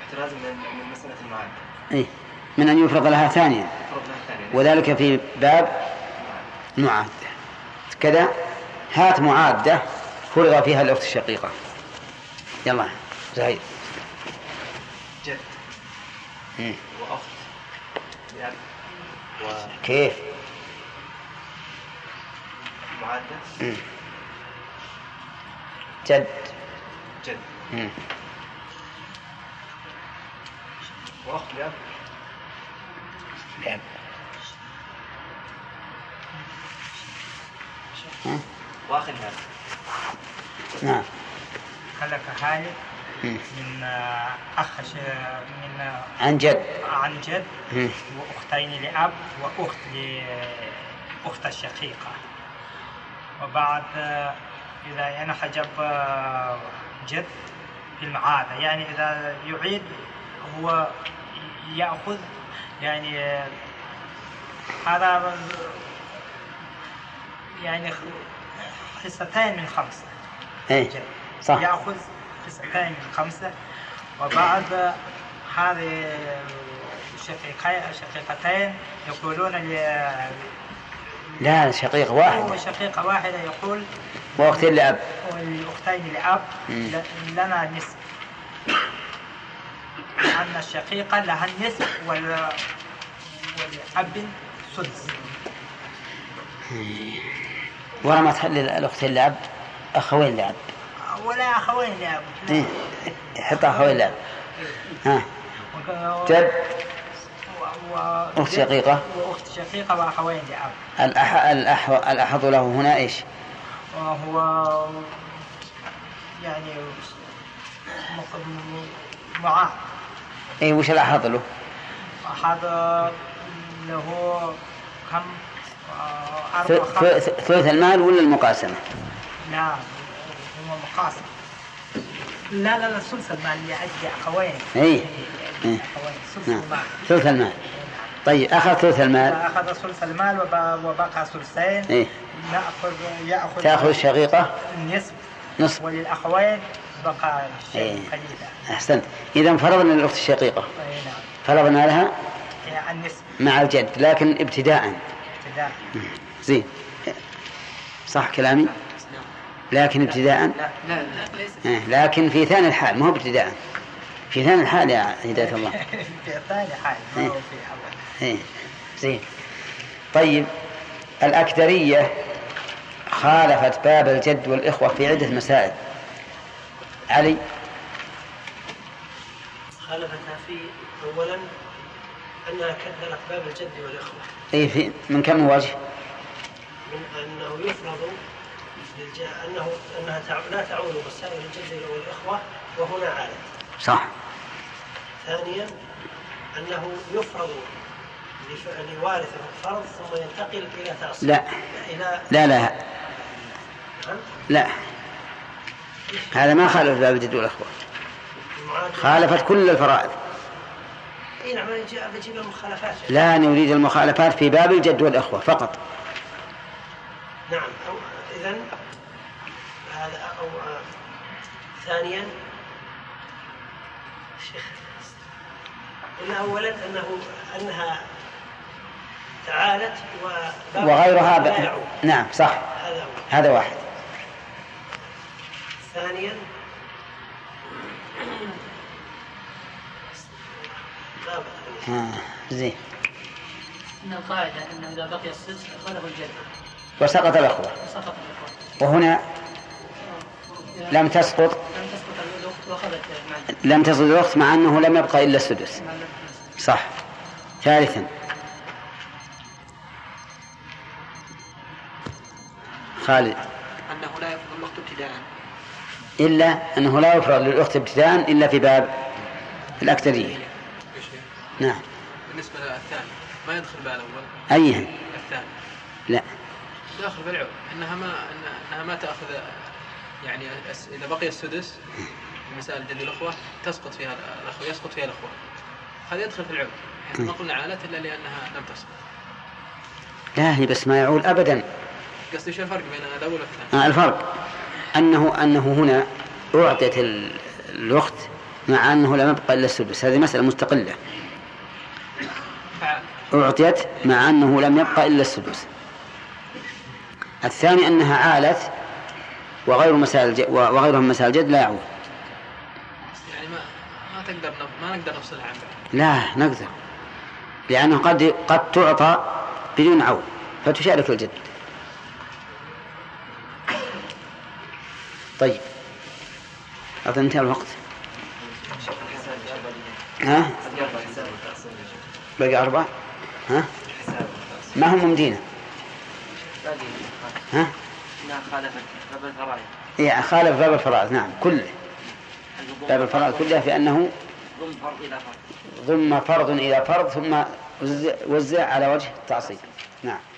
S2: احترازا من من مساله المعادله
S1: إيه من أن يفرض لها ثانيا
S2: يفرض له ثانية
S1: وذلك في باب معادة كذا هات معادة فرض فيها الأخت الشقيقة يلا زهير
S7: جد
S1: مم.
S7: وأخت يعني. لأب
S1: كيف
S7: معادة
S1: مم. جد
S7: جد
S1: مم.
S7: وأخت لأب
S1: لأب ها؟
S7: وأخ لأب
S1: نعم
S11: هلك هاي
S1: مم.
S11: من آه، أخ ش- من آه،
S1: عن جد
S11: عن جد
S1: مم.
S11: وأختين لأب وأخت لأخت الشقيقة وبعد آه، إذا ينحجب آه، جد في المعادة يعني إذا يعيد هو يأخذ يعني آه، هذا آه، يعني حصتين من خمسة
S1: ايه
S11: جد.
S1: صح
S11: ياخذ تسعتين من خمسه وبعد هذه الشقيقين الشقيقتين يقولون ل
S1: لا شقيق
S11: هو
S1: واحد
S11: شقيقه واحده يقول
S1: وأخت لأب
S11: والاختين لاب
S1: مم.
S11: ل- لنا نصف لأن الشقيقة لها النصف وال... والأب سدس
S1: ولما تخلي الأخت لأب أخوين لأب
S11: ولا أخوين لأب
S1: إيه حط أخوين لأب ها جد
S11: و... و...
S1: أخت شقيقة
S11: وأخت شقيقة وأخوين لأب
S1: الأح... الأح... الأحظ له هنا إيش
S11: وهو يعني مق- م- معاه
S1: إيه وش الأحظ له
S11: هذا له كم آه،
S1: ث...
S11: أربع
S1: ث...
S11: خمس
S1: ث- ثلث المال ولا المقاسمة
S11: نعم هو مقاسم لا لا لا ثلث المال اللي عندي اخوين
S1: اي
S11: يعني
S1: إيه.
S11: اخوين ثلث
S1: نعم
S11: المال
S1: ثلث المال طيب اخذ ثلث المال إيه.
S11: فاخذ ثلث المال وب- وبقى ثلثين
S1: اي
S11: ناخذ ياخذ
S1: تاخذ الشقيقه
S11: النصف
S1: نصف
S11: وللاخوين بقى شيء
S1: إيه.
S11: قليل
S1: احسنت اذا فرضنا الاخت الشقيقه
S11: أي نعم
S1: فرضنا لها
S11: يعني النصف
S1: مع الجد لكن ابتداء
S11: ابتداء
S1: زين صح كلامي لكن ابتداء
S12: لا لا ليس
S1: إيه، لكن في ثاني الحال ما هو ابتداء في ثاني الحال يا هداية الله
S11: في ثاني حال ما هو في اول
S1: إيه، زين طيب الأكدرية خالفت باب الجد والإخوة في عدة مسائل علي
S7: خالفتها في اولا انها كدرت باب الجد والاخوه
S1: إيه في من كم وجه
S7: من انه يفرض للج- انه انها تع- لا تعود مسائل الجد والاخوه وهنا عادت
S1: صح
S7: ثانيا انه يفرض لف- لوارث الفرض ثم ينتقل الى تعصيب
S1: لا
S7: الى
S1: لا لا لا هذا ما خالف باب الجد والإخوة
S7: المعادله
S1: خالفت كل الفرائض
S7: اي نعم أنا جاء- بجيب المخالفات
S1: لا نريد المخالفات في باب الجد والإخوة فقط
S7: نعم أو إذا هذا أو آه، ثانيا شيخ قلنا أولا أنه أنها تعالت و
S1: وغيرها ب...
S7: لا يعود
S1: نعم صح
S7: هذا هو
S1: هذا واحد
S7: ثانيا لا بأس.
S1: آه. زين
S9: ان القاعده ان اذا بقي السدس خلف الجد
S1: وسقط الأخوة
S9: سقط الاخوه
S1: وهنا لم تسقط
S9: لم تسقط الاخت واخذت مع الجد
S1: لم تسقط الأخت مع أنه لم يبقى إلا السدس
S9: مع الجد.
S1: صح ثالثا خالد
S2: أنه لا يفرض الوقت ابتداء
S1: إلا أنه لا يفرض للأخت ابتداء إلا في باب الأكثرية نعم
S12: بالنسبة للثاني ما يدخل بها الأول
S1: أيها
S12: الثاني
S1: لا
S12: داخل بالعود انها ما إنها- انها ما تاخذ يعني أس- اذا بقي السدس في مسائل جد الاخوه تسقط فيها الاخوه يسقط فيها الاخوه هذا يدخل في العود حيث ما قلنا عالت الا لانها لم تسقط
S1: لا هي بس ما يعول أبدا
S12: قصدي وش الفرق بين الاول والثاني؟
S1: آه، الفرق أنه أنه هنا أعطيت ال- الأخت مع أنه لم يبقى إلا السدس هذه مسألة مستقلة
S12: فعال
S1: أعطيت مع أنه لم يبقى إلا السدس الثاني أنها عالت وغير مسائل الج- وغيرهم مسائل الجد لا يعود
S12: يعني ما ما تقدر نف... ما نقدر نفصلها عن بعض
S1: لا نقدر لأنه قد قد تعطى بدون عون فتشارك الجد طيب أظن انتهى الوقت ها بقي أربعة ها ما هم ممدينا
S2: باقي
S1: ها
S2: أنها خالفت باب الفرائض
S1: إيه خالف باب الفرائض نعم كله
S2: الضم
S1: باب الفرائض كلها في أنه
S2: ضم فرض إلى فرض
S1: ضم فرض إلى فرض ثم وزع- وزع على وجه التعصيب نعم